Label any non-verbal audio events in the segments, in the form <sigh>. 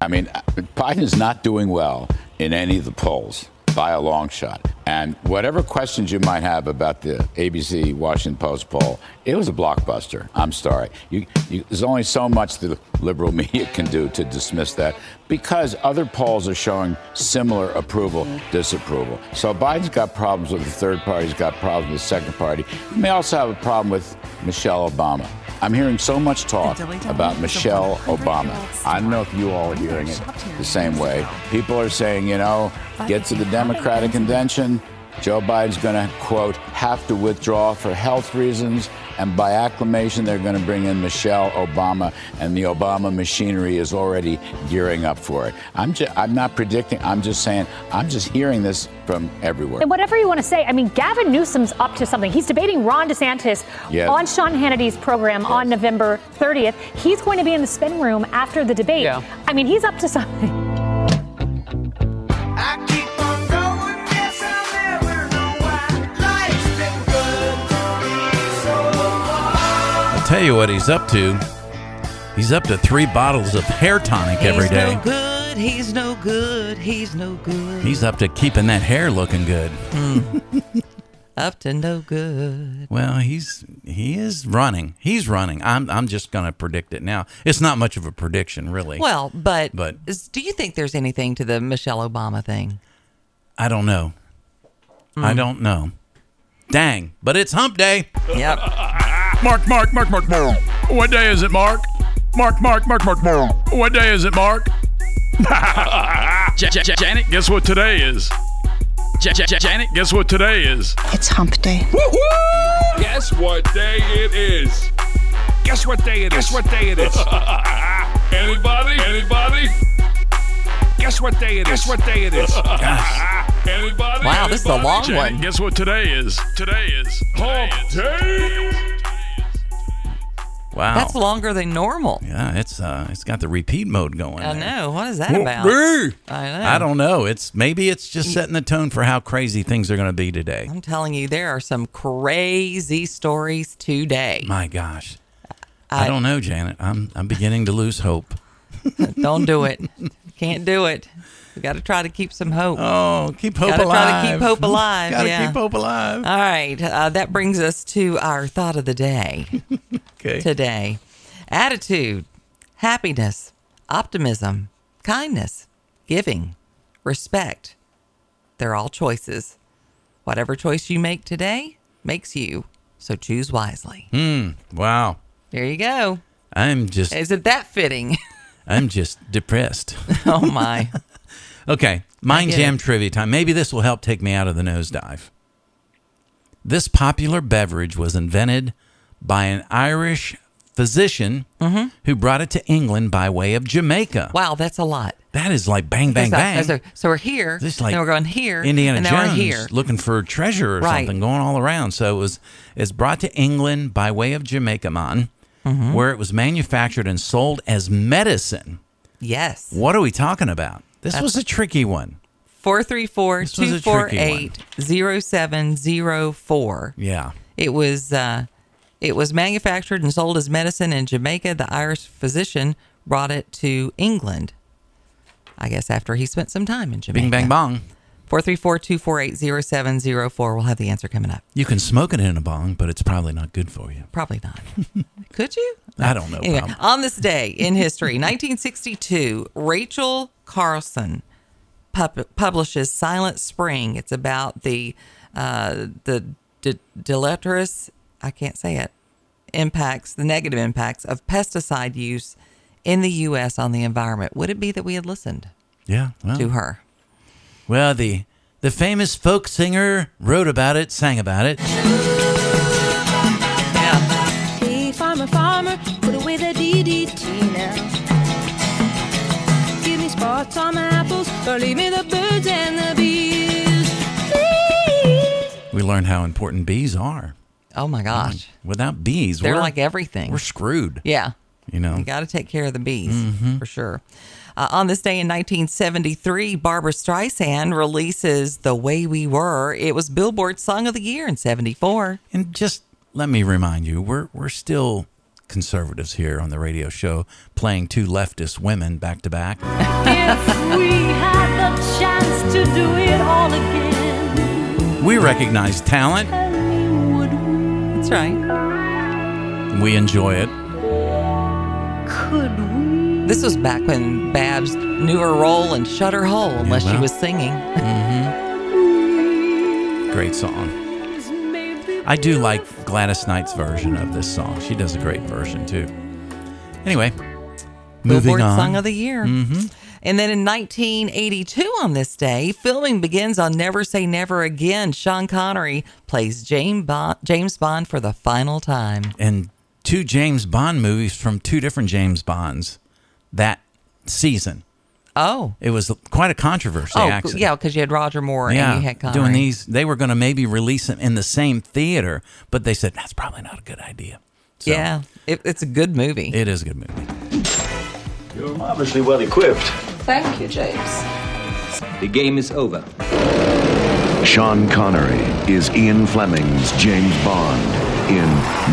I mean, Biden's not doing well in any of the polls by a long shot. And whatever questions you might have about the ABC Washington Post poll, it was a blockbuster. I'm sorry. You, you, there's only so much the liberal <laughs> media can do to dismiss that because other polls are showing similar approval, disapproval. So Biden's got problems with the third party, he's got problems with the second party. He may also have a problem with Michelle Obama. I'm hearing so much talk about Michelle Obama. I don't know if you all are hearing it the same way. People are saying, you know, get to the Democratic convention. Joe Biden's going to, quote, have to withdraw for health reasons. And by acclamation, they're going to bring in Michelle Obama, and the Obama machinery is already gearing up for it. I'm, ju- I'm not predicting, I'm just saying, I'm just hearing this from everywhere. And whatever you want to say, I mean, Gavin Newsom's up to something. He's debating Ron DeSantis Yes. on Sean Hannity's program on November 30th. He's going to be in the spin room after the debate. Yeah. I mean, he's up to something. I keep on going, guess I'll never know why life's been good to me so far. I'll tell you what he's up to. He's up to three bottles of hair tonic every he's day. no good. He's no good. He's no good. He's up to keeping that hair looking good. up to no good. Well, he's he is running. He's running. I'm I'm just gonna predict it now. It's not much of a prediction, really. Well, but But- is, do you think there's anything to the Michelle <laughs> Obama thing? I don't know. Hmm. I don't know. Dang, but it's hump day. Yep. Mark, Mark, Mark, Mark, Mark. What day is it, Mark? Mark, Mark, Mark, Mark, Mark. What day is it, Mark? <laughs> Ja- ja- ja- Janet, guess what today is? Ja- ja- ja- Janet, guess what today is? It's hump day. Guess what day it is? Guess what day it is? Guess what day it is? <laughs> Anybody? Anybody? Guess what day it is? Guess what day it is? <laughs> Anybody? Wow, this is a long Janet, one. Guess what today is? Today is hump day. Wow. That's longer than normal. yeah, it's uh it's got the repeat mode going. I there. know. What is that about? Brr. I know. I don't know. It's maybe it's just setting the tone for how crazy things are going to be today. I'm telling you, there are some crazy stories today. My <laughs> gosh. I, don't know, Janet. I'm I'm beginning to lose hope. Don't do it. Can't do it. We got to try to keep some hope. Oh, keep hope Gotta alive. try to keep hope <laughs> alive, Gotta yeah. keep hope alive. All right. Uh, that brings us to our thought of the day Okay. today attitude, happiness, optimism, kindness, giving, respect. They're all choices. Whatever choice you make today makes you. So choose wisely. Hmm. Wow. There you go. I'm just Isn't that fitting? <laughs> I'm just depressed. oh, my. Okay, mind get jam it. trivia time. Maybe this will help take me out of the nosedive. This popular beverage was invented by an Irish physician Mm-hmm. who brought it to England by way of Jamaica. Wow, that's a lot. That is like bang, bang, That's a- bang. that's a- so we're here. This is like then we're going here. Indiana and then Jones we're here. looking for treasure or Right. something going all around. So it was it's brought to England by way of Jamaica Man, Mm-hmm. where it was manufactured and sold as medicine. Yes. What are we talking about? This was a tricky one. 434 This was a tricky 248 0704. Yeah. It was uh, it was manufactured and sold as medicine in Jamaica. The Irish physician brought it to England. I guess after he spent some time in Jamaica. Bing bang bong. 434 248 0704. We'll have the answer coming up. You can smoke it in a bong, but it's probably not good for you. Probably <laughs> not. Could you? I don't know. Anyway, Bob. on this <laughs> day in history, 1962, Rachel Carlson pub- publishes Silent Spring. It's about the uh, the de- deleterious, I can't say it, impacts, the negative impacts of pesticide use in the U.S. on the environment. Would it be that we had listened Yeah. to Well, her? well, the the famous folk singer wrote about it, sang about it. Yeah. Hey, farmer, farmer, put away the DDT now. Give me spots on my apples, or leave me the birds and the bees. Please. We learned how important bees are. Oh my gosh, Without bees, they're Mm-hmm. we're like everything. we're screwed. yeah. You know. You got to take care of the bees Mm-hmm. for sure. Uh, on this day in 1973, Barbara Streisand releases "The Way We Were." It was Billboard Song of the Year in '74. And just let me remind you, we're we're still conservatives here on the radio show playing two leftist women back to back. If we had the chance to do it all again, We recognize talent, we would, we? That's right. we enjoy it. Could we? This was back when Babs knew her role in Shut Her Hole unless she well. was singing. Great song. I do like Gladys Knight's version of this song. She does a great version too. Anyway, moving Billboard on. Mm-hmm. Song of the Year. And then in 1982, on this day, filming begins on Never Say Never Again. Sean Connery plays James Bond, James Bond for the final time. and two James Bond movies from two different James Bonds that season. Oh. It was quite a controversy, Oh, actually. yeah, because you had Roger Moore and you had Connery. doing these, they were going to maybe release them in the same theater, but they said that's probably not a good idea. So, Yeah, it, it's a good movie. it is a good movie. You're marvelously well equipped. Thank you, James. The game is over. Sean Connery is Ian Fleming's James Bond in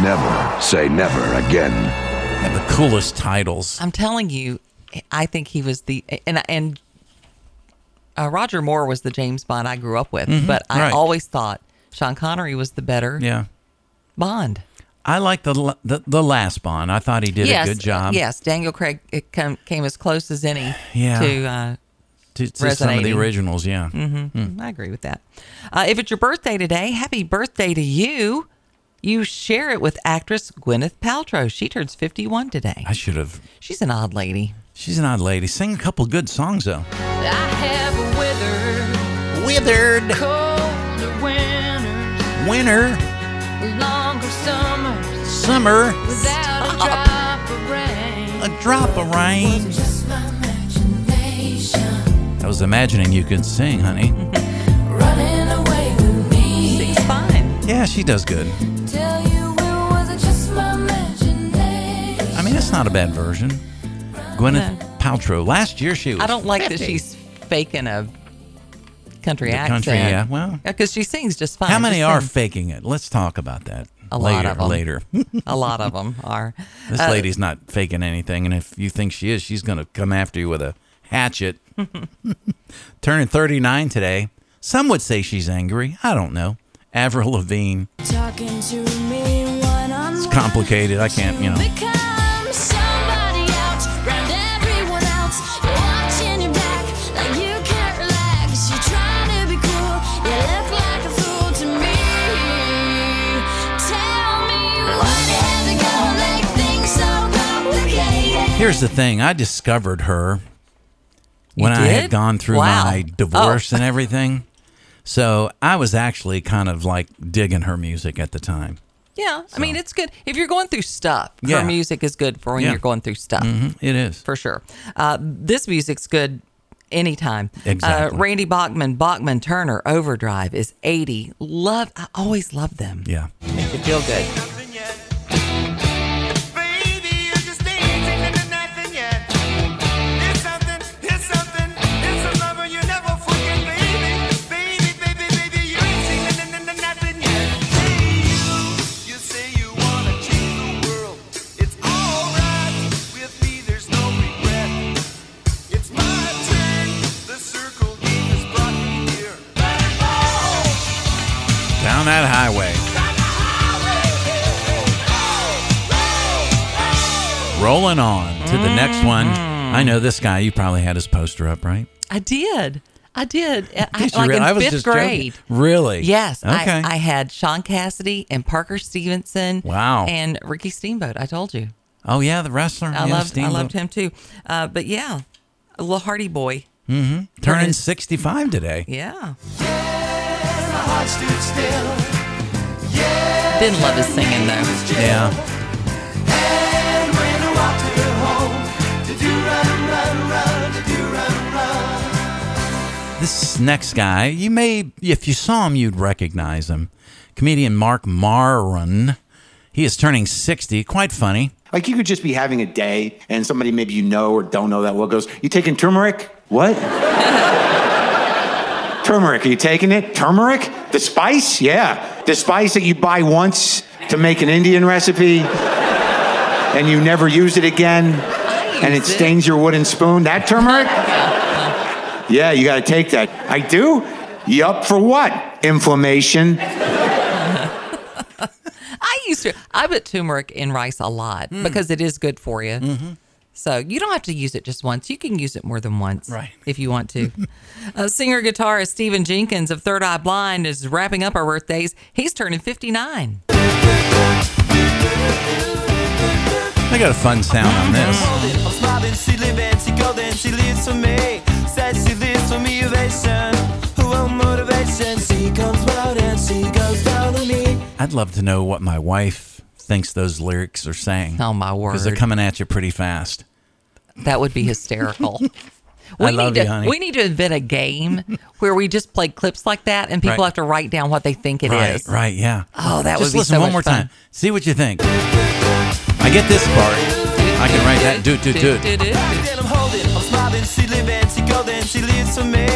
Never Say Never Again. And the coolest titles. I'm telling you, I think he was the and and uh, Roger Moore was the James Bond I grew up with, but I Mm-hmm. right. always thought Sean Connery was the better Yeah, Bond. I like the, la- the the last Bond. I thought he did yes, a good job. Yes, Daniel Craig it come, came as close as any <sighs> Yeah. to. Uh, to, to some of the Resonating. Mm-hmm. originals. Yeah, I agree with that. Uh, if it's your birthday today, happy birthday to you. You share it with actress Gwyneth Paltrow. She turns 51 today. I should have. She's an odd lady. She's an odd lady. Sing a couple good songs though. I have withered, Withered colder winters, winter, longer summers, summer, without <laughs> a drop of rain. a drop of rain. Just my imagination I was imagining you could sing, <laughs> honey. running away with me. She's fine. Yeah, she does good. Tell you it wasn't just my imagination. I mean, that's not a bad version. Gwyneth Paltrow. Last year she was. I don't like that 50. she's faking a country The accent. country, yeah, well. because she sings just fine. How many Just are sing- faking it? Let's talk about that A later. lot of 'em. Later, <laughs> a lot of them are. this Uh, lady's not faking anything, and if you think she is, she's going to come after you with a <laughs> hatchet. Turning 39 today. Some would say she's angry. I don't know. Avril Lavigne. Talking to me one on It's complicated. I can't, you know. Become somebody else, round everyone else. You're watching your back like you can't relax. You're trying to be cool, you look like a fool to me. Tell me why the hell they gonna make things so complicated? Here's the thing. I discovered her when I did? had gone through Wow. Oh. my divorce and everything. So I was actually kind of like digging her music at the time. Yeah, I mean it's good if you're going through stuff. Yeah. Her music is good for when Yeah. Mm-hmm. you're going through stuff. It is. for sure. Uh, this music's good anytime. Exactly. Uh, Randy Bachman, Bachman Turner, Overdrive is 80. Love, I always love them. Yeah. Makes you feel good. Down that highway. Rolling on to the next one. Mm-hmm. I know this guy. You probably had his poster up, right? I did. I did. I, Did you like re- in I was fifth just joking. grade. Really? Yes, Okay. I, I had Sean Cassidy and Parker Stevenson. Wow. And Ricky Steamboat. I told you, oh yeah, the wrestler. I yeah, loved Steamboat. I loved him too. Uh, but yeah, a little Hardy Boy. Mm-hmm. Turning 65 today. Yeah. Didn't love his singing though. Yeah. This next guy, you may, if you saw him, you'd recognize him. Comedian Mark Maron. He is turning 60. Quite funny. Like you could just be having a day and somebody maybe you know or don't know that well goes, You taking turmeric? What? <laughs> turmeric, are you taking it? Turmeric? The spice? Yeah. The spice that you buy once to make an Indian recipe. and you never use it again, and it use it. stains your wooden spoon. That turmeric? yeah, you got to take that. I do. Yup, for what? Inflammation. I used to. I put turmeric in rice a lot Mm. because it is good for you. Mm-hmm. So you don't have to use it just once. You can use it more than once, Right. If you want <laughs> to. uh, singer guitarist Stephen Jenkins of Third Eye Blind is wrapping up our birthdays. He's turning fifty nine. I got a fun sound on this. I'm smiling, she lives and she goes and she lives for me. Says she lives for me, ovation. Who want motivation? She comes out and she goes down to me. I'd love to know what my wife thinks those lyrics are saying. Oh my Because they're word! coming at you pretty fast. that would be <laughs> hysterical. We I love need you, to, honey. We need to invent <laughs> a game where we just play clips like that, and people Right. have to write down what they think it right, is. right, yeah. Oh, that would Just be listen so one much more fun. time. See what you think. I get this part. I can write that. Do, do, do. Then I'm holding, I'm smiling, she lives and she goes and she lives for me.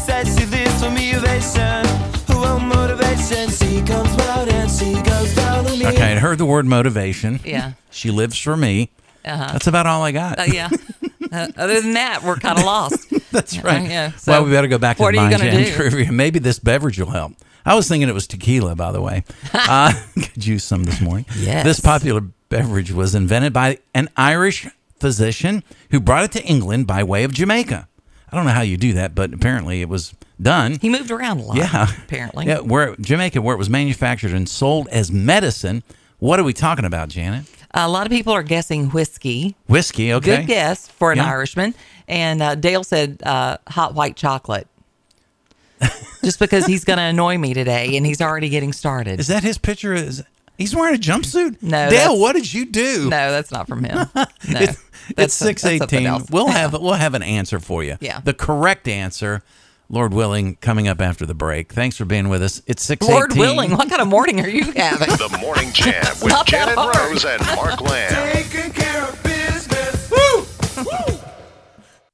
Says she lives for me, ovation. Who want motivation? She comes out and she goes down to me. Okay, I heard the word motivation. Yeah. <laughs> She lives for me. Uh-huh. That's about all I got. Uh, yeah. Uh, other than that, we're kind of lost. <laughs> That's right. yeah, so well, we better go back to what the are you mind gonna jam do? trivia. Maybe this beverage will help. I was thinking it was tequila, by the <laughs> way. uh, <laughs> could use some this morning. Yes. This popular beverage was invented by an Irish physician who brought it to England by way of Jamaica. I don't know how you do that, but apparently it was done. He moved around a lot. Yeah. Apparently. Yeah, where Jamaica, where it was manufactured and sold as medicine. What are we talking about, Janet? A lot of people are guessing whiskey. Whiskey, okay. Good guess for an Yeah. Irishman. And uh, Dale said uh, hot white chocolate. Just because he's going to annoy me today, and he's already getting started. Is that his picture? Is he's wearing a jumpsuit? Dale, No, that's- what did you do? no, that's not <laughs> from him. No, It's, it's that's- that's six something eighteen. else. <laughs> We'll have we'll have an answer for you. Yeah. the correct answer, Lord willing, coming up after the break. Thanks for being with us. It's six eighteen. Lord willing, what kind of morning are <laughs> you having? The Morning Jam with not that <laughs> Janet hard. Rose and Mark Lamb. Taking care of business.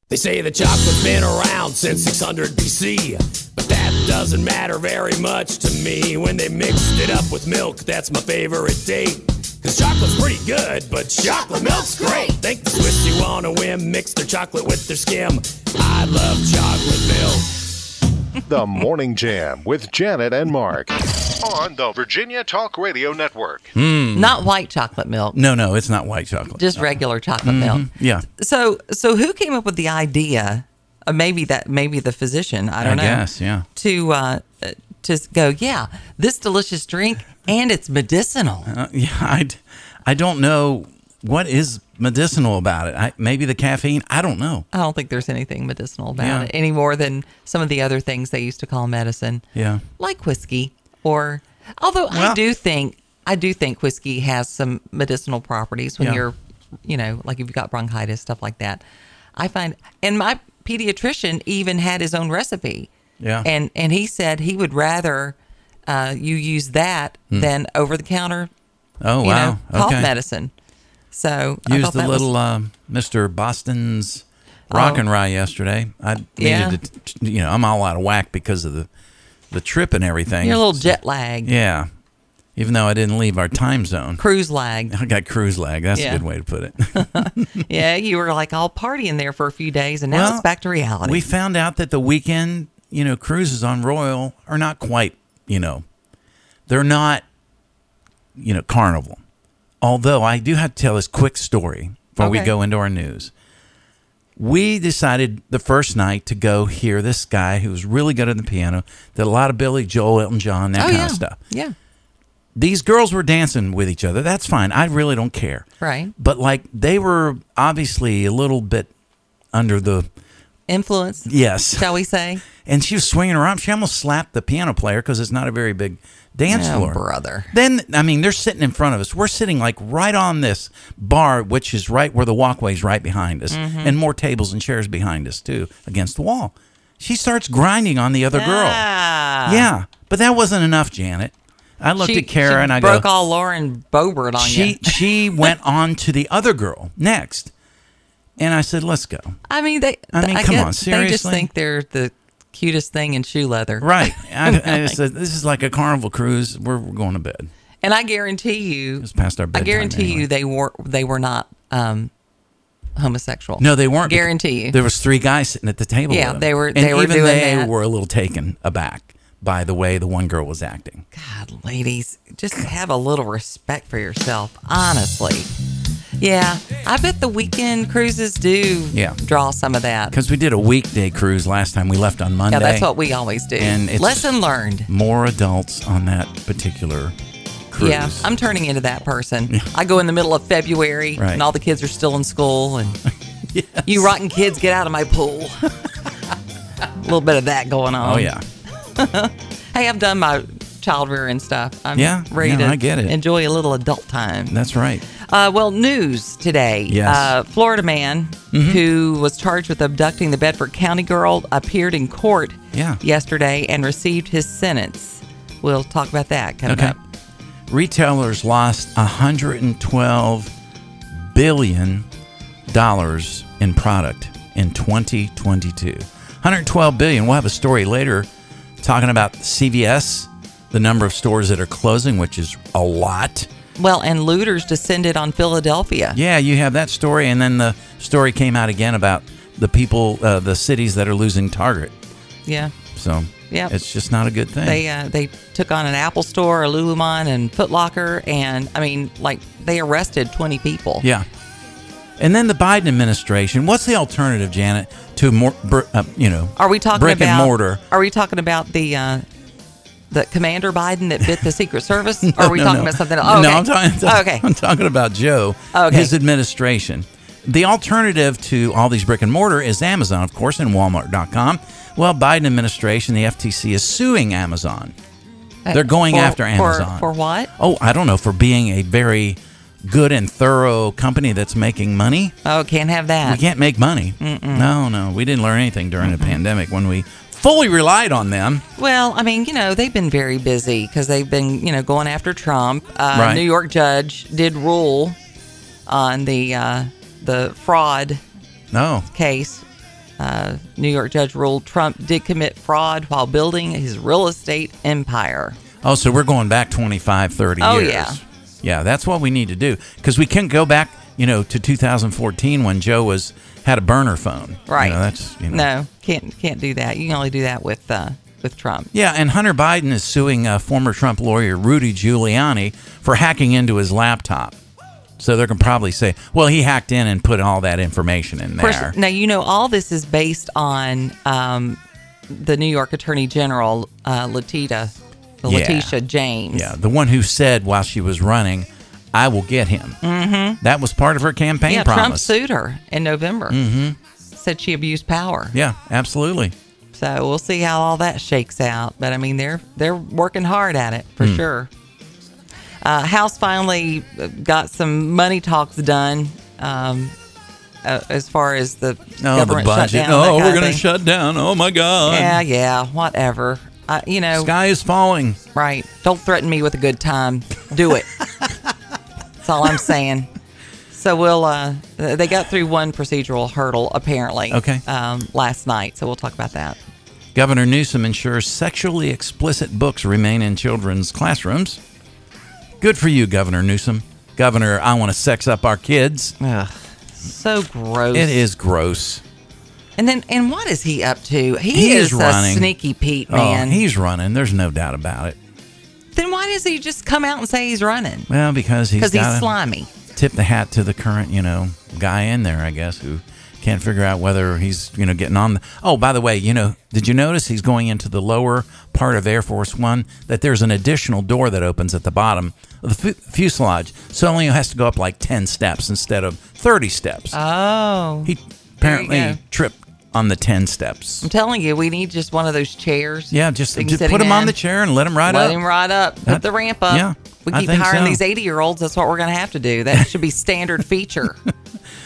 They say that chocolate's been around since 600 BC, but that doesn't matter very much to me. When they mixed it up with milk, that's my favorite date. Cause chocolate's pretty good, but chocolate milk's great. Think the Swiss you on a whim, mix their chocolate with their skim. I love chocolate milk. The Morning Jam with Janet and Mark on the Virginia Talk Radio Network. Mm. Not white chocolate milk, No, no, it's not white chocolate. just regular chocolate milk. yeah, So, so who came up with the idea? Uh, maybe that, maybe the physician. I I don't know. guess. Yeah, to uh, to go, yeah, this delicious drink and it's medicinal. uh, yeah. <laughs> I d- I don't know what is medicinal about it. I, maybe the caffeine. I don't know. I don't think there's anything medicinal about Yeah. it any more than some of the other things they used to call medicine. Yeah. Like whiskey or although I Well- do think I do think whiskey has some medicinal properties when Yeah. you're you know, like if you've got bronchitis, stuff like that. I find and my pediatrician even had his own recipe. Yeah. And and he said he would rather uh, you use that Hmm. than over the counter Oh you wow. know, cough okay. medicine. So I Used thought the that was- little uh, Mr. Boston's rock Oh. and rye yesterday. I Yeah. needed to, t- you know, I'm all out of whack because of the the trip and everything. you're a little jet lag, Yeah. Even though I didn't leave our time zone, cruise lag. I got cruise lag. That's Yeah. a good way to put it. yeah, you were like all partying there for a few days, and now Well, it's back to reality. we found out that the weekend, you know, cruises on Royal are not quite, you know, they're not, you know, carnival. Although I do have to tell this quick story before we Okay. go into our news. We decided the first night to go hear this guy who was really good at the piano, did a lot of Billy Joel, Elton John, that oh kind yeah, of stuff. yeah, these girls were dancing with each other. That's fine. I really don't care. Right. But like they were obviously a little bit under the influence, yes. shall <laughs> we say? And she was swinging her arm. She almost slapped the piano player because it's not a very big dance Oh, floor. brother. Then I mean they're sitting in front of us. We're sitting like right on this bar, which is right where the walkway's right behind us, Mm-hmm. and more tables and chairs behind us too, against the wall. She starts grinding on the other girl. Ah, Yeah, but that wasn't enough, Janet. I looked she, at Kara she and I go, broke all Lauren Boebert on she you. <laughs> she went on to the other girl next, and I said, "Let's go." I mean, they. I mean, come guess on, They just seriously? think they're the cutest thing in shoe leather, <laughs> Right. I, I said, "This is like a carnival cruise. We're, we're going to bed." And I guarantee you, past our I bedtime guarantee you, they were they were not um, homosexual. No, they weren't. Guarantee you. There was three guys sitting at the table. Yeah, with him. they were- And they were even doing they that. were a little taken aback by the way the one girl was acting. God, ladies, just have a little respect for yourself, honestly. Yeah, I bet the weekend cruises do Yeah. draw some of that. Because we did a weekday cruise last time. We left on Monday. Yeah, that's what we always do. And it's Lesson learned. More adults on that particular cruise. Yeah, I'm turning into that person. I go in the middle of February Right. and all the kids are still in <laughs> school, and you rotten kids, get out of my pool. a little bit of that going on. Oh, yeah. hey, I've done my child rearing stuff. I'm Yeah, ready no, to I get it. enjoy a little adult time. That's right. Uh, well, news today. Yes. Mm-hmm. Uh, Florida man who was charged with abducting the Bedford County girl appeared in court Yeah. yesterday and received his sentence. We'll talk about that coming Okay. up. Retailers lost 112 billion dollars in product in 2022. 112 billion. We'll have a story later talking about CVS, the number of stores that are closing, which is a lot. Well, and looters descended on Philadelphia. Yeah, you have that story, and then the story came out again about the people, uh, the cities that are losing Target. Yeah. So Yep. it's just not a good thing. They uh, they took on an Apple store, a Lululemon, and Foot Locker, and I mean, like they arrested 20 people. Yeah. And then the Biden administration. What's the alternative, Janet? To more, br- uh, you know, Are we talking brick about and mortar? Are we talking about the uh, the Commander Biden that bit the Secret Service? are <laughs> we No, talking no. about something? else? Oh, No, okay. I'm talking. Oh, okay. I'm talking about Joe, Okay. his administration. The alternative to all these brick and mortar is Amazon, of course, and Walmart.com. Well, Biden administration, the FTC is suing Amazon. They're going Uh, For- after for- Amazon for what? Oh, I don't know, for being a very good and thorough company that's making money. Oh, can't have We that. can't make money. Mm-mm. No, no, we didn't learn anything during the pandemic when we fully relied on them. Well, I mean, you know, they've been very busy because they've been, you know, going after Trump. Uh, Right. New York judge did rule on the uh, the fraud No. case. Uh, New York judge ruled Trump did commit fraud while building his real estate empire. Oh, so we're going back 25, 30 Oh, years. yeah. Yeah, that's what we need to do because we can go back, you know, to 2014 when Joe was had a burner phone. You Right. know, that's you know. No, can't can't do that. You can only do that with uh, with Trump. Yeah, and Hunter Biden is suing uh, former Trump lawyer Rudy Giuliani for hacking into his laptop. So they can probably say, well, he hacked in and put all that information in Of course, there. now you know all this is based on um, the New York Attorney General uh, Letita, the Yeah. Letitia James. Yeah, the one who said while she was running, I will get him. Mm-hmm. That was part of her campaign yeah, Trump promise. sued her in November. Mhm. Said she abused power. yeah, absolutely. So we'll see how all that shakes out. But I mean, they're they're working hard at it for Hmm. sure. Uh, House finally got some money talks done um, uh, as far as the Oh, the government budget. shutdown. Oh, we're going going to shut down. Oh, my God. Yeah, yeah, whatever. Uh, you know, sky is falling. Right. Don't threaten me with a good time. Do it. That's all I'm saying. So we'll. Uh, they got through one procedural hurdle apparently. Okay. Um, last night. So we'll talk about that. Governor Newsom ensures sexually explicit books remain in children's classrooms. Good for you, Governor Newsom. Governor, I want to sex up our kids. So gross. It is gross. And then, and what is he up to? He, He is, is running. a sneaky Pete Oh, man. he's running. There's no doubt about it. then why does he just come out and say he's running? Well, because he's Because he's, gotta- slimy. tip the hat to the current, you know, guy in there, I guess, who can't figure out whether he's, you know, getting on. The, oh, by the way, you know, did you notice he's going into the lower part of Air Force One? That there's an additional door that opens at the bottom of the fu- fuselage, so only has to go up like ten steps instead of thirty steps. Oh. He There you apparently go. tripped on the ten steps. I'm telling you, we need just one of those chairs. Yeah, just, They can just sit put him on in. the chair and let him ride Let up. him ride up. Put That- the ramp up. yeah, We I keep think hiring so. these 80 year olds. That's what we're going to have to do. That should be <laughs> standard feature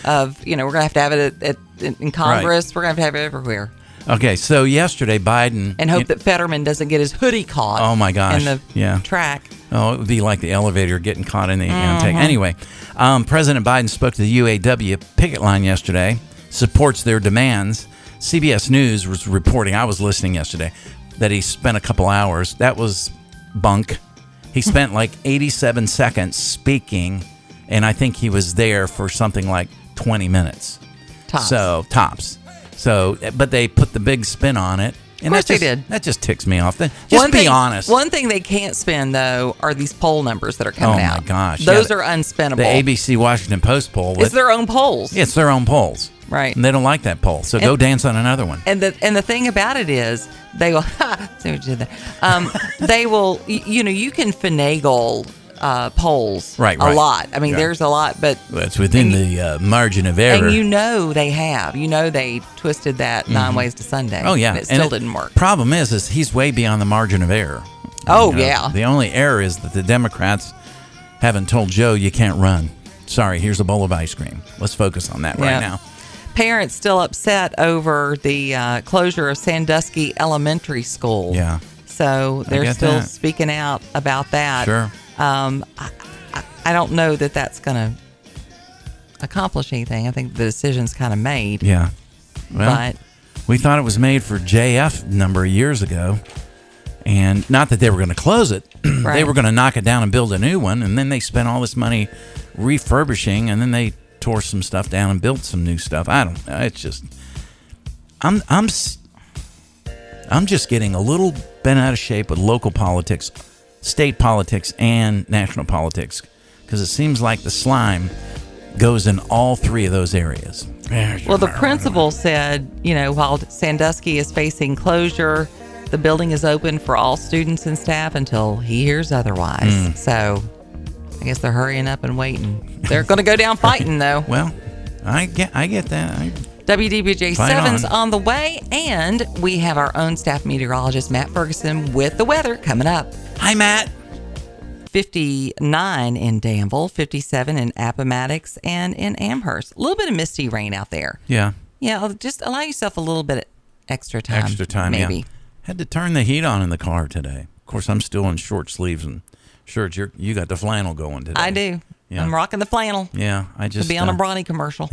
of, you know, we're going to have to have it at, at, in Congress. We're going to have to have it everywhere. Okay, so yesterday Biden And hope that Fetterman doesn't get his hoodie caught. Oh my gosh! In the yeah. track. Oh, it would be like the elevator getting caught in the Mhm. outtake. Anyway, um, President Biden spoke to the UAW picket line yesterday. Supports their demands. CBS News was reporting. I was listening yesterday that he spent a couple hours. That was bunk. <laughs> He spent like 87 seconds speaking, and I think he was there for something like 20 minutes. Tops. So tops. So, but they put the big spin on it. And course that they just, did. That just ticks me off. Just be thing, honest. One thing they can't spin though are these poll numbers that are oh coming out. my gosh. Yeah, those the- are unspinnable. The ABC Washington Post poll. it's their own polls. Yeah, it's their own polls. Right. And they don't like that poll. So go And- dance on another one. And the and the thing about it is they will <laughs> see what you did there. Um, they will y- you know you can finagle uh, polls Right, a right. lot. I mean Yeah. there's a lot, but That's within the uh, margin of error. and you know they have you know they twisted that nine Mhm. ways to Sunday. oh, yeah. and it still it- didn't work. Problem is, is he's way beyond the margin of error. Oh, yeah. The only error is that the Democrats haven't told Joe you can't run. Sorry, here's a bowl of ice cream. Let's focus on that Yeah. right now. Parents still upset over the uh, closure of Sandusky Elementary School. Yeah. So I they're get still that. speaking out about that. Sure. Um, I, I, I don't know that that's going to accomplish anything. I think the decision's kind of made. Yeah. Well, But- we thought it was made for JF a number of years ago. And not that they were going to close it, <clears throat> they Right. were going to knock it down and build a new one. And then they spent all this money refurbishing and then they tore some stuff down and built some new stuff. I don't know. It's just, I'm, I'm, s- I'm just getting a little bent out of shape with local politics, state politics, and national politics because it seems like the slime goes in all three of those areas. Well, the principal said, you know, while Sandusky is facing closure, the building is open for all students and staff until he hears otherwise. Mm. So I guess they're hurrying up and waiting. They're going to go down <laughs> fighting, though. Well, I get, I get that. I, WDBJ Fight 7's on. on. the way, and we have our own staff meteorologist, Matt Ferguson, with the weather coming up. Hi, Matt. 59 in Danville, 57 in Appomattox, and in Amherst. A little bit of misty rain out there. yeah. Yeah, uh, just allow yourself a little bit of extra time. Extra time, maybe. yeah. Had to turn the heat on in the car today. Of course, I'm still in short sleeves and shirts. You're, you got the flannel going today. I do. Yeah. I'm rocking the flannel. Yeah, I just Could be on uh, a Brawny commercial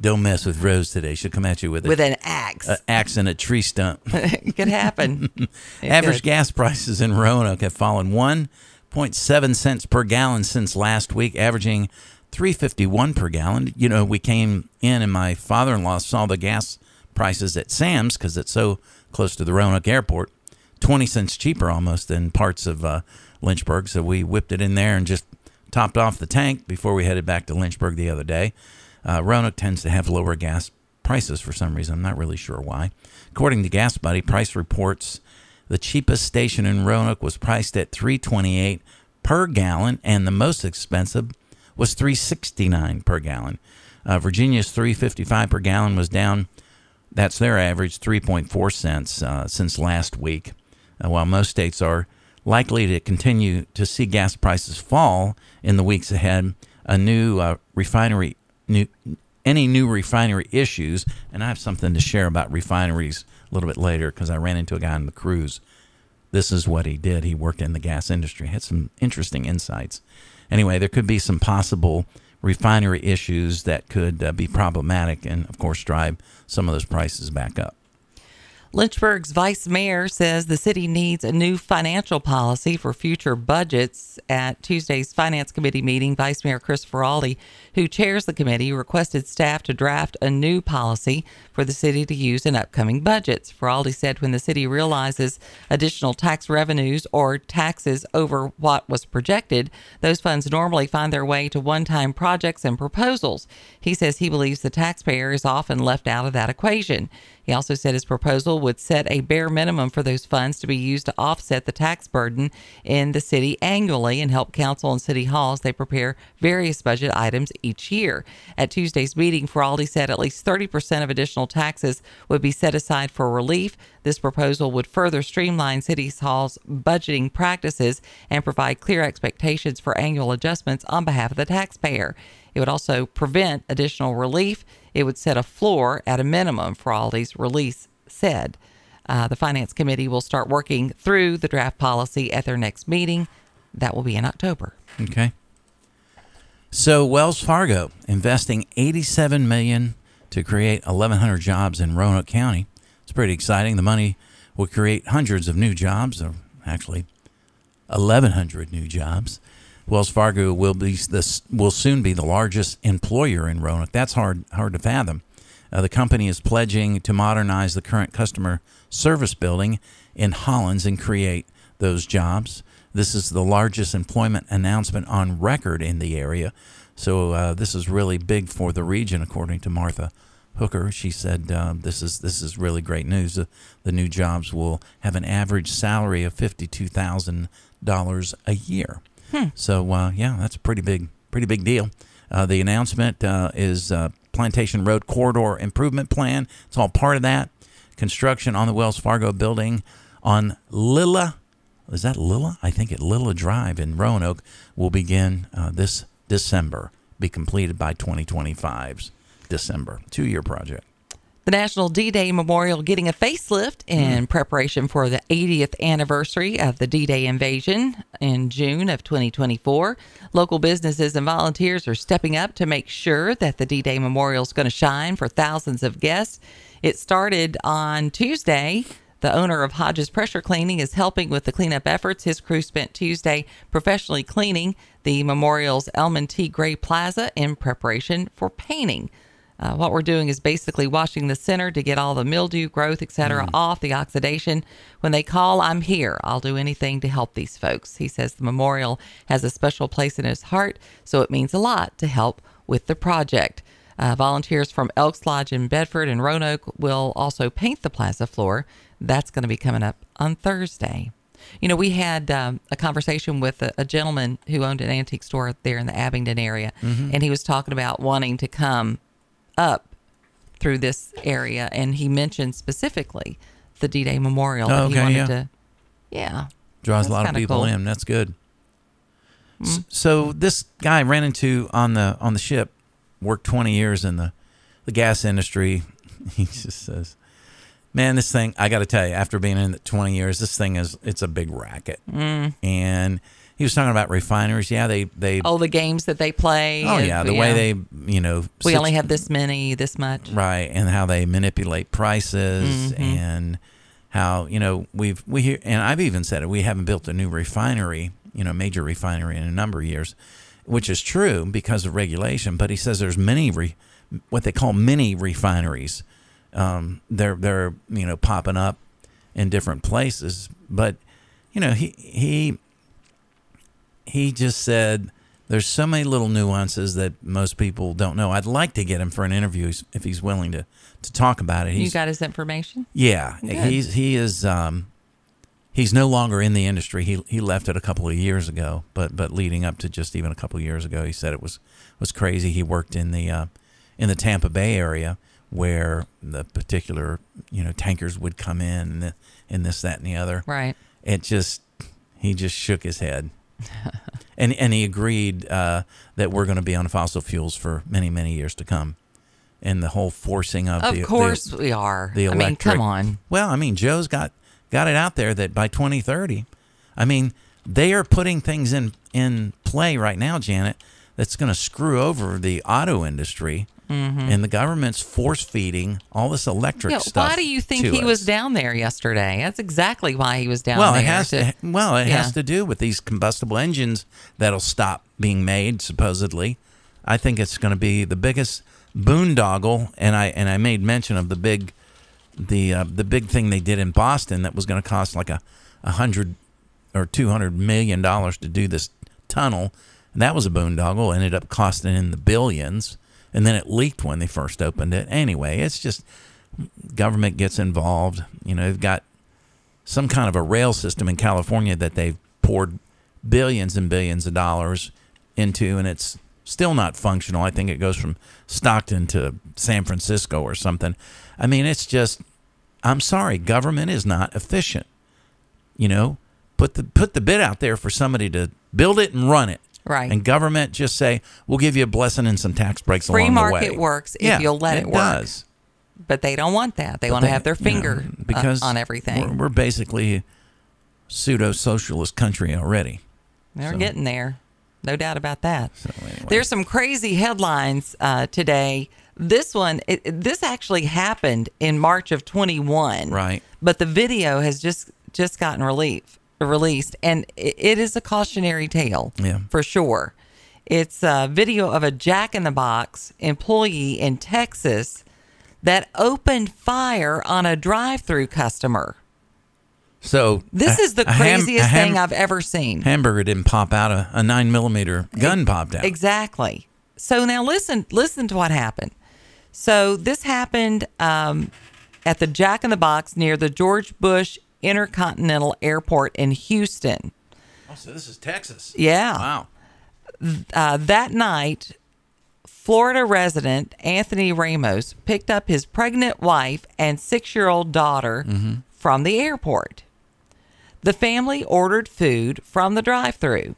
Don't mess with Rose today. She'll come at you with a, with an <laughs> axe. a axe and a tree stump. it <laughs> could happen. It Average could. gas prices in Roanoke have fallen 1.7 cents per gallon since last week, averaging 351 per gallon. You know, we came in and my father-in-law saw the gas prices at Sam's cuz it's so close to the Roanoke airport, 20 cents cheaper almost than parts of uh, Lynchburg, so we whipped it in there and just topped off the tank before we headed back to Lynchburg the other day. Uh, Roanoke tends to have lower gas prices for some reason. I'm not really sure why. According to Gas Buddy, price reports the cheapest station in Roanoke was priced at 328 per gallon, and the most expensive was 369 per gallon. Uh, Virginia's 355 per gallon was down. That's their average, 3.4 cents uh, since last week. Uh, while most states are likely to continue to see gas prices fall in the weeks ahead, a new uh, refinery, new, any new refinery issues, and I have something to share about refineries a little bit later because I ran into a guy on the cruise. This is what he did. He worked in the gas industry, had some interesting insights. Anyway, there could be some possible refinery issues that could uh, be problematic and, of course, drive some of those prices back up. Lynchburg's vice mayor says the city needs a new financial policy for future budgets. At Tuesday's Finance Committee meeting, Vice Mayor Chris Feraldi, who chairs the committee, requested staff to draft a new policy for the city to use in upcoming budgets. Feraldi said when the city realizes additional tax revenues or taxes over what was projected, those funds normally find their way to one time projects and proposals. He says he believes the taxpayer is often left out of that equation. He also said his proposal would set a bare minimum for those funds to be used to offset the tax burden in the city annually and help council and city halls they prepare various budget items each year. At Tuesday's meeting, Feraldi said at least 30% of additional taxes would be set aside for relief. This proposal would further streamline city halls budgeting practices and provide clear expectations for annual adjustments on behalf of the taxpayer. It would also prevent additional relief. It would set a floor at a minimum for all these release said. Uh, the Finance Committee will start working through the draft policy at their next meeting. That will be in October. Okay. So Wells Fargo investing 87 million to create 1100 jobs in Roanoke County. It's pretty exciting. The money will create hundreds of new jobs, or actually, 1,100 new jobs. Wells Fargo will be this will soon be the largest employer in Roanoke. That's hard hard to fathom. Uh, the company is pledging to modernize the current customer service building in Hollins and create those jobs. This is the largest employment announcement on record in the area. So uh, this is really big for the region, according to Martha Hooker. She said uh, this is this is really great news. The, the new jobs will have an average salary of fifty two thousand dollars a year. Hmm. So uh, yeah, that's a pretty big pretty big deal. Uh, the announcement uh, is uh, Plantation Road Corridor Improvement Plan. It's all part of that construction on the Wells Fargo building on Lilla. Is that Lilla? I think at Lilla Drive in Roanoke will begin uh, this December, be completed by 2025's December. Two year project. The National D Day Memorial getting a facelift in preparation for the 80th anniversary of the D Day invasion in June of 2024. Local businesses and volunteers are stepping up to make sure that the D Day Memorial is going to shine for thousands of guests. It started on Tuesday. The owner of Hodges Pressure Cleaning is helping with the cleanup efforts. His crew spent Tuesday professionally cleaning the memorial's Elman T. Gray Plaza in preparation for painting. Uh, what we're doing is basically washing the center to get all the mildew, growth, etc., off the oxidation. When they call, I'm here. I'll do anything to help these folks. He says the memorial has a special place in his heart, so it means a lot to help with the project. Uh, volunteers from Elks Lodge in Bedford and Roanoke will also paint the plaza floor. That's going to be coming up on Thursday. You know, we had um, a conversation with a, a gentleman who owned an antique store there in the Abingdon area, Mhm. and he was talking about wanting to come up through this area, and he mentioned specifically the D Day Memorial. Oh, that he okay, wanted yeah. to, yeah, Draws That's a lot of kinda people cool. Mm. in. That's good. S- So this guy ran into on the on the ship, worked 20 years in the the gas industry. <laughs> He just says, "Man, this thing, I got to tell you, after being in it 20 years, this thing is it's a big racket." Mm. And he was talking about refineries. Yeah, they they All the games that they play. Oh and- yeah, the way they you know we sit- only have this many, this much. right and how they manipulate prices Mhm. and how you know we've we hear and I've even said it we haven't built a new refinery you know major refinery in a number of years which is true because of regulation but he says there's many re, what they call mini refineries um, they're they're you know popping up in different places but you know he he he just said there's so many little nuances that most people don't know. I'd like to get him for an interview s- if he's willing to to talk about it. You He's, got his information. yeah, Good. he's he is um, he's no longer in the industry. He he left it a couple of years ago, but but leading up to just even a couple of years ago, he said it was was crazy. He worked in the uh, in the Tampa Bay area where the particular you know tankers would come in and, th- and this that and the other. Right. It just he just shook his <laughs> head. And, and he agreed uh, that we're going to be on fossil fuels for many many years to come, and the whole forcing of Of the, the- course we are. The I mean, electric. come on. Well, I mean, Joe's got got it out there that by 2030, I mean, they are putting things in in play right now, Janet. That's going to screw over the auto industry, Mhm. and the government's force feeding all this electric Yeah, stuff. why do you think to he us. was down there yesterday? That's exactly why he was down well, there. it has to, well, it Yeah. has to do with these combustible engines that'll stop being made supposedly. I think it's going to be the biggest boondoggle, and I and I made mention of the big, the uh, the big thing they did in Boston that was going to cost like a, a hundred or two hundred million dollars to do this tunnel. And that was a boondoggle. Ended up costing in the billions, and then it leaked when they first opened it. Anyway, it's just government gets involved. You know, they've got some kind of a rail system in California that they've poured billions and billions of dollars into, and it's still not functional. I think it goes from Stockton to San Francisco or something. I mean, it's just, I'm sorry, government is not efficient. You know, put the put the bid out there for somebody to build it and run it. Right. And government just say, we'll give you a blessing and some tax breaks Free along the way. market works if Yeah, you'll let it work. does. But they don't want that. They But want to have their you know, finger uh, because on everything. We're, we're basically pseudo socialist country already. They're So- getting there. No doubt about that. There's some crazy headlines uh, today. This one, it, it- this actually happened in March of 21. Right. But the video has just just gotten relief released, and i- it is a cautionary tale Yeah. for sure. It's a video of a Jack in the Box employee in Texas that opened fire on a drive-through customer. So This a- is the a ham- a craziest ham- thing I've e-, ever seen. Hamburger didn't pop out. A, a nine millimeter gun popped out. Exactly. So now listen, listen to what happened. So this happened um, at the Jack in the Box near the George Bush Intercontinental Airport in Houston. Oh, so this is Texas. Yeah. Wow. Th- Uh, that night, Florida resident Anthony Ramos picked up his pregnant wife and six year old daughter from the airport. The family ordered food from the drive through,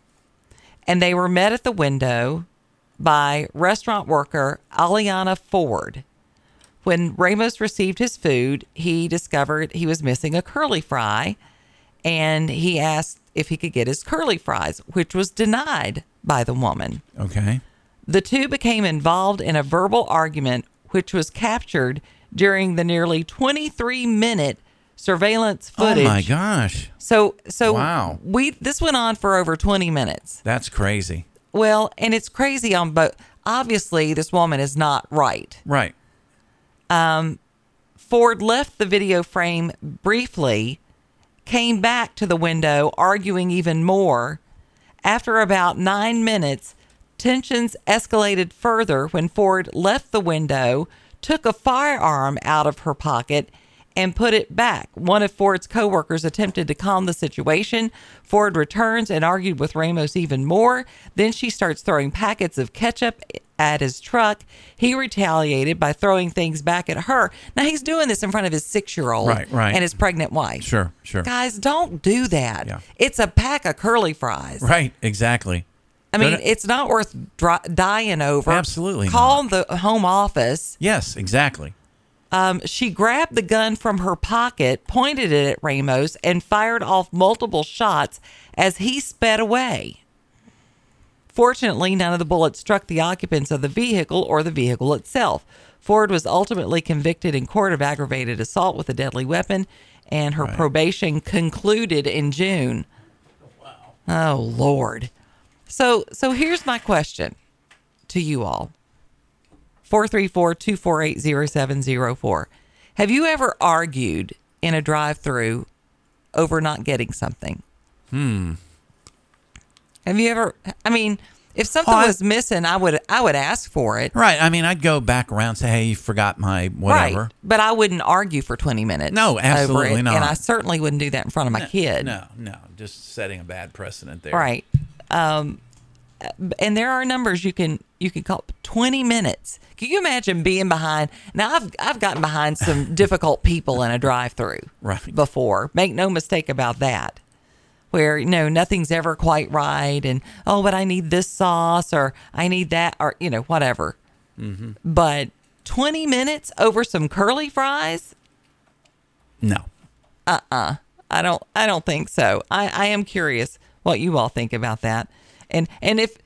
and they were met at the window by restaurant worker Aliana Ford. When Ramos received his food, he discovered he was missing a curly fry and he asked if he could get his curly fries, which was denied by the woman. Okay. The two became involved in a verbal argument, which was captured during the nearly 23 minute surveillance footage. Oh my gosh, So, so Wow. we this went on for over 20 minutes. that's crazy. Well, and it's crazy on both. Obviously, this woman is not right. Right. Um, Ford left the video frame briefly, came back to the window, arguing even more. After about nine minutes, tensions escalated further when Ford left the window, took a firearm out of her pocket, and put it back. One of Ford's coworkers attempted to calm the situation. Ford returns and argued with Ramos even more. Then she starts throwing packets of ketchup at his truck. He retaliated by throwing things back at her. Now he's doing this in front of his six-year-old Right, right. and his pregnant wife. Sure, sure. Guys, don't do that. Yeah. It's a pack of curly fries. Right. Exactly. I mean, Good- it's not worth dri dying over. Absolutely Call the home office. yes, exactly. Um, she grabbed the gun from her pocket, pointed it at Ramos, and fired off multiple shots as he sped away. Fortunately, none of the bullets struck the occupants of the vehicle or the vehicle itself. Ford was ultimately convicted in court of aggravated assault with a deadly weapon, and her probation concluded in June. Oh Lord. So so here's my question to you all. 434-248-0704. Have you ever argued in a drive-through over not getting something? Hmm. Have you ever I mean, if something Oh, I- was missing, I would I would ask for it. Right. I mean, I'd go back around and say, "Hey, you forgot my whatever." Right. But I wouldn't argue for 20 minutes. No, over absolutely it, not. And I certainly wouldn't do that in front of my kid. No, no, just setting a bad precedent there. Right. Um, and there are numbers you can you can call twenty minutes. Can you imagine being behind? Now I've I've gotten <laughs> behind some difficult people in a drive-through Right. before. Make no mistake about that. Where you know nothing's ever quite right, and oh, but I need this sauce or I need that or you know whatever. Mm-hmm. But twenty minutes over some curly fries? No. uh-uh i don't i don't think so i i am curious what you all think about that and and if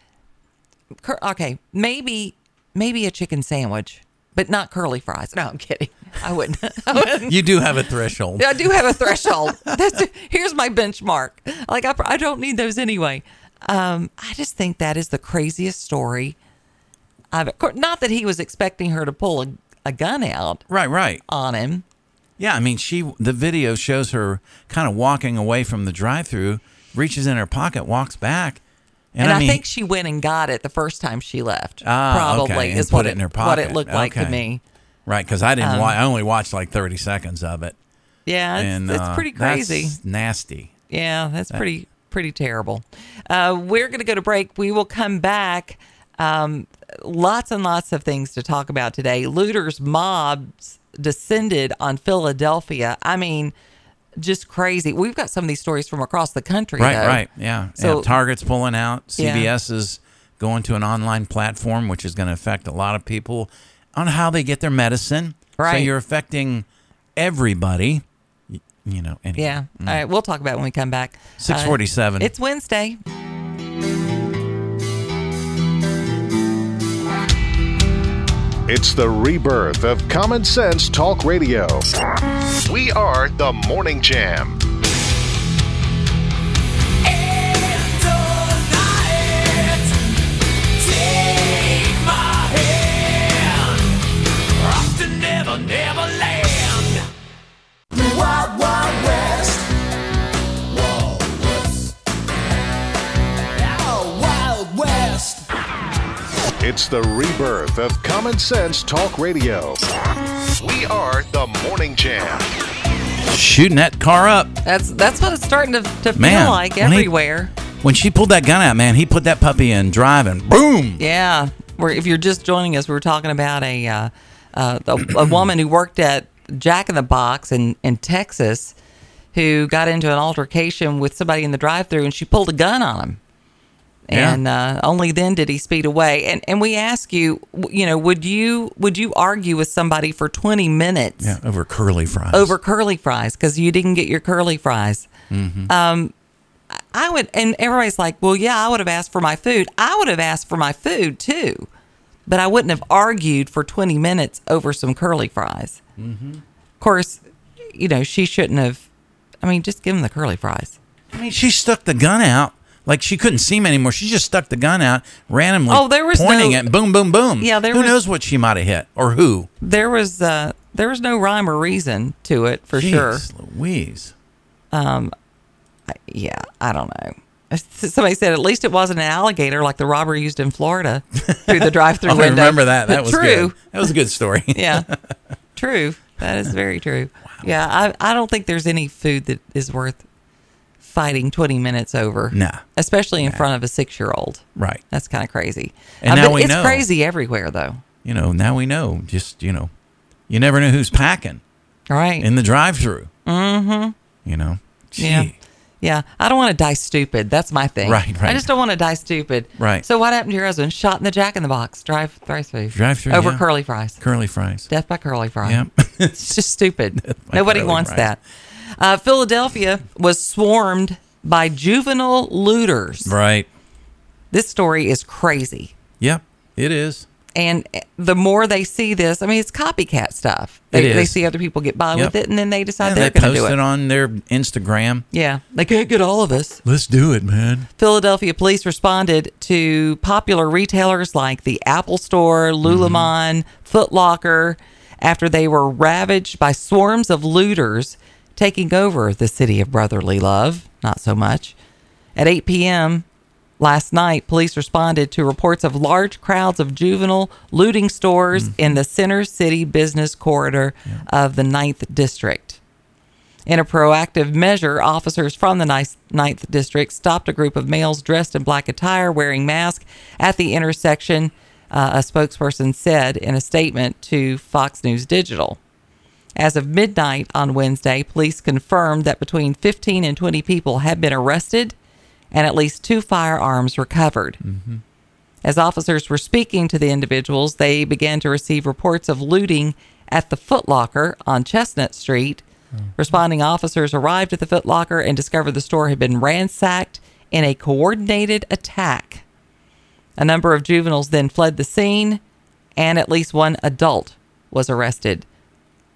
cur- okay maybe maybe a chicken sandwich but not curly fries no i'm kidding i wouldn't, <laughs> I wouldn't. You do have a threshold. i do have a threshold That's, here's my benchmark like I, pr- I don't need those anyway um i just think that is the craziest story i've of course, not that he was expecting her to pull a, a gun out Right, right. on him Yeah, I mean, she the video shows her kind of walking away from the drive-through, reaches in her pocket, walks back, And, and, I, mean, think she went and got it the first time she left. Ah, probably okay, and is put what it in her pocket. What it looked like to Okay. me. right because I didn't. Um, wa- I only watched like thirty seconds of it. Yeah, it's, And, it's uh, pretty crazy. That's nasty. yeah, that's that- pretty pretty terrible. Uh, we're going to go to break. We will come back. Um, lots and lots of things to talk about today. Looters mobs descended on Philadelphia. I mean, just crazy. We've got some of these stories from across the country. Right, though. right. Yeah. So yeah. Target's pulling out. Yeah. CBS is going to an online platform, which is going to affect a lot of people on how they get their medicine. So Right. you're affecting everybody. Y- You know, anyway. yeah. All right, we'll talk about it when we come back. Uh, 647. it's Wednesday. It's the rebirth of Common Sense Talk Radio. We are the Morning Jam. It's the rebirth of Common Sense Talk Radio. We are the Morning Jam. Shooting that car up. That's that's what it's starting to, to feel Man, like when he- everywhere. When she pulled that gun out, man, he put that puppy in drive and boom. Yeah. We're, if you're just joining us, we were talking about a, uh, uh, a a woman who worked at Jack in the Box in, in Texas who got into an altercation with somebody in the drive thru and she pulled a gun on him. Yeah. And uh, only then did he speed away. And and we ask you, w- you know, would you would you argue with somebody for 20 minutes Yeah, over curly fries. over curly fries because you didn't get your curly fries? Mhm. Um, I- I would, and everybody's like, well, yeah, I would have asked for my food. I would have asked for my food too, but I wouldn't have argued for 20 minutes over some curly fries. Mhm. Of course, you know, she shouldn't have, I mean, just give him the curly fries. I mean, she stuck the gun out. Like she couldn't see him anymore. She just stuck the gun out randomly. Oh, there was pointing no- at boom, boom, boom. Yeah, there who was- knows what she might have hit or who? There was, uh, there was no rhyme or reason to it for Jeez sure. Louise. Um, I, yeah, I don't know. <laughs> Somebody said at least it wasn't an alligator like the robber used in Florida <laughs> through the drive-through Oh, I window. remember that. <laughs> That was true. good. That was a good <laughs> story. <laughs> yeah, true. That is very true. Yeah, I, I don't think there's any food that is worth fighting 20 minutes over. Nah. especially in front of a six-year-old. Right. That's kind of crazy. And I now bet we it's know. crazy everywhere, though. You know, now we know. Just you know, you never know who's packing. Right. In the drive-through. Mm-hmm. You know. Yeah. Yeah, I don't want to die stupid. That's my thing. Right, right. I just don't want to die stupid. Right. So what happened to your husband? Shot in the Jack in the Box drive drive through. Drive through over curly fries. Curly fries. Death by curly fry. Yep. <laughs> <laughs> it's just stupid. by Nobody curly wants fries. that. Uh, Philadelphia was swarmed by juvenile looters. Right. This story is crazy. Yep. It is. And eh, the more they see this, I mean, it's copycat stuff. It They, they is. see other people get by Yep. with it, and then they decide And they're they going to post do it. it on their Instagram. yeah, they can't get all of us. Let's do it, man. Philadelphia police responded to popular retailers like the Apple Store, Lululemon, Foot Locker after they were ravaged by swarms of looters taking over the city of brotherly love. Not so much. At 8 p.m. last night, police responded to reports of large crowds of juvenile looting stores in the Center City business corridor of the Ninth District. In a proactive measure, officers from the Ninth- Ninth District stopped a group of males dressed in black attire wearing masks at the intersection, uh, a spokesperson said in a statement to Fox News Digital. As of midnight on Wednesday, police confirmed that between 15 and 20 people had been arrested and at least two firearms recovered. As officers were speaking to the individuals, they began to receive reports of looting at the Foot Locker on Chestnut Street. Responding officers arrived at the Foot Locker and discovered the store had been ransacked in a coordinated attack. A number of juveniles then fled the scene, and at least one adult was arrested.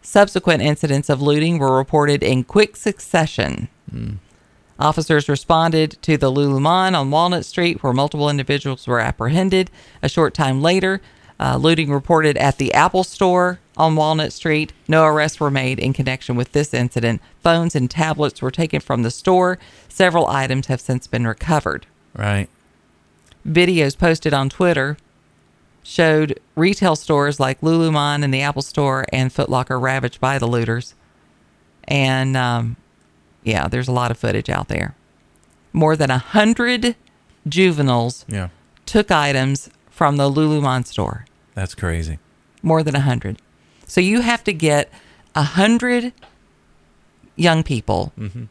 Subsequent incidents of looting were reported in quick succession. Officers responded to the Lululemon on Walnut Street, where multiple individuals were apprehended. A short time later, uh, looting reported at the Apple Store on Walnut Street. No arrests were made in connection with this incident. Phones and tablets were taken from the store. Several items have since been recovered Right. videos posted on Twitter showed retail stores like Lululemon and the Apple Store and Foot Locker ravaged by the looters. And um, yeah, there's a lot of footage out there. More than a hundred juveniles Yeah. took items from the Lululemon store. That's crazy. More than a hundred. So you have to get a hundred young people Mhm.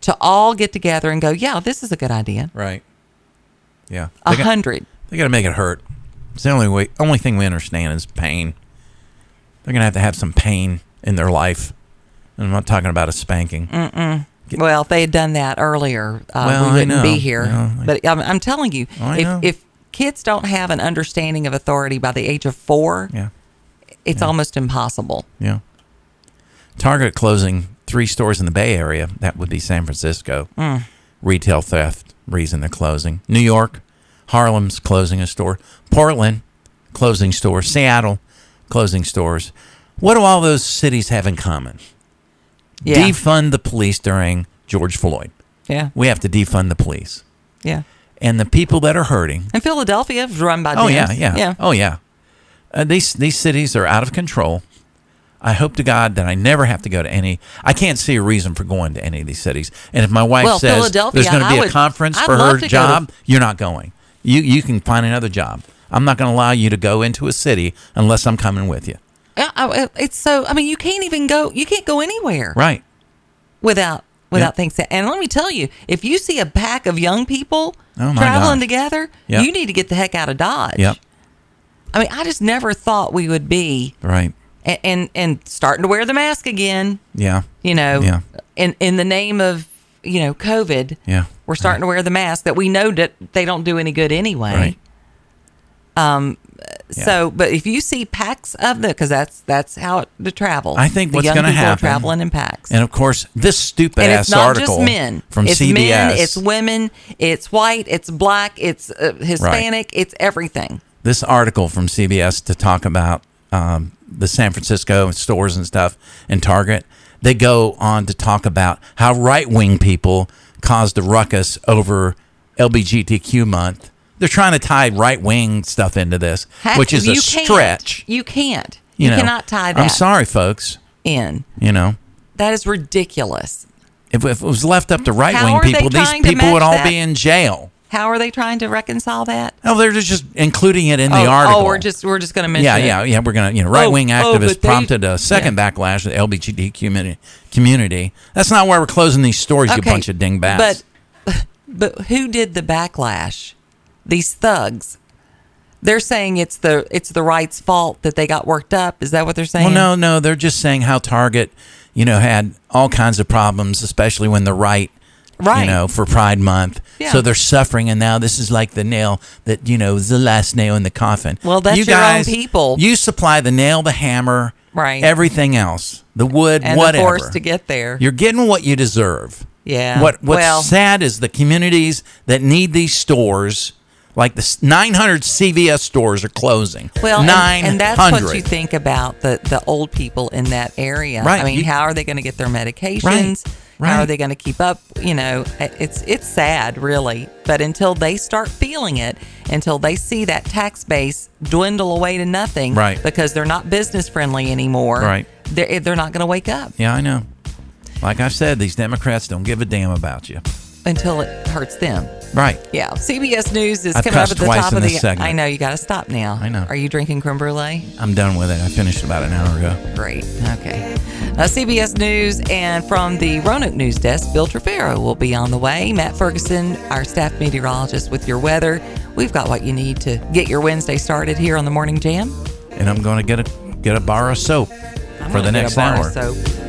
to all get together and go, yeah, this is a good idea. Right. Yeah. A They got- hundred. They got to make it hurt. It's the only way. Only thing we understand is pain. They're gonna have to have some pain in their life. And I'm not talking about a spanking. Mm-mm. Well, if they had done that earlier, uh, Well, I we wouldn't know. be here. No, I- but I'm, I'm telling you, Oh, I if, know. if kids don't have an understanding of authority by the age of four, Yeah. it's Yeah. almost impossible. Yeah. Target closing three stores in the Bay Area. That would be San Francisco. Mm. Retail theft reason they're closing. New York, Harlem's closing a store. Portland, closing stores. Seattle, closing stores. What do all those cities have in common? Yeah. Defund the police during George Floyd. Yeah. We have to defund the police. Yeah. and the people that are hurting. And Philadelphia is run by Oh yeah, Dems. yeah, yeah. Oh yeah. Uh, these these cities are out of control. I hope to God that I never have to go to any. I can't see a reason for going to any of these cities. And if my wife Well, says Philadelphia, there's going to I be a would- conference I'd for her love to go to- job, you're not going. You you can find another job. I'm not going to allow you to go into a city unless I'm coming with you. Yeah, I- It's so. I mean, you can't even go. You can't go anywhere Right. without without Yeah. things. That, and let me tell you, if you see a pack of young people Oh, my traveling gosh. together, Yeah. you need to get the heck out of Dodge. Yep. I mean, I just never thought we would be Right. and and, and starting to wear the mask again. Yeah. You know, Yeah. in in the name of you know COVID. Yeah. We're starting to wear the mask that we know that they don't do any good anyway. Right. Um. So, but if you see packs of the, because that's that's how it, the travel. I think the what's young going to people are happen traveling in packs. And of course, this stupid and ass it's not article just men. from it's CBS. men, it's women, it's white, it's black, it's uh, Hispanic, it's everything. this article from CBS to talk about um, the San Francisco stores and stuff and Target. They go on to talk about how right wing people caused a ruckus over LBGTQ month. They're trying to tie right wing stuff into this, Heck, which is a you can't. stretch. You can't. You, You, know, cannot tie that I'm sorry, folks. in. You know, That is ridiculous. if, if it was left up to right How wing are they people, these trying to people would match all that? be in jail. How are they trying to reconcile that? No, they're just, just including it in the oh, article. Oh, we're just we're just going to mention. Yeah, it. yeah, yeah. We're gonna, you know, right wing oh, activists but they- prompted a second backlash to the LGBT community. Community. That's not why we're closing these stories. You Okay, bunch of dingbats. But <laughs> but who did the backlash? These thugs. They're saying it's the it's the right's fault that they got worked up. Is that what they're saying? well, no, no. They're just saying how Target, you know, had all kinds of problems, especially when the right. Right. You know, for Pride Month. Yeah. So they're suffering, and now this is like the nail that, you know, is the last nail in the coffin. Well, that's you your own guys, people. You supply the nail, the hammer, Right. everything else, the wood, and whatever. the force to get there. You're getting what you deserve. Yeah. What What's Well- sad is the communities that need these stores, like the s- 900 CVS stores, are closing. well, and- 900. and, that's what you think about the the old people in that area. Right, I mean, you- how are they going to get their medications? right. How are they going to keep up? You know, it- it's it's sad, really. But until they start feeling it, until they see that tax base dwindle away to nothing, Right. Because they're not business friendly anymore, Right. They're eh, they're not going to wake up Yeah, I know. Like I said, these Democrats don't give a damn about you. until it hurts them. Right. Yeah, CBS News is I've coming up cussed at the twice top in of the. this segment. I know you got to stop now. I know. Are you drinking creme brulee? I'm done with it. I finished about an hour ago. Great. Okay. Uh, CBS News and from the Roanoke News Desk, Bill Trevero will be on the way. Matt Ferguson, our staff meteorologist with your weather. We've got what you need to get your Wednesday started here on the Morning Jam. And I'm going to get a get a bar of soap for gonna the get a next bar of hour. soap.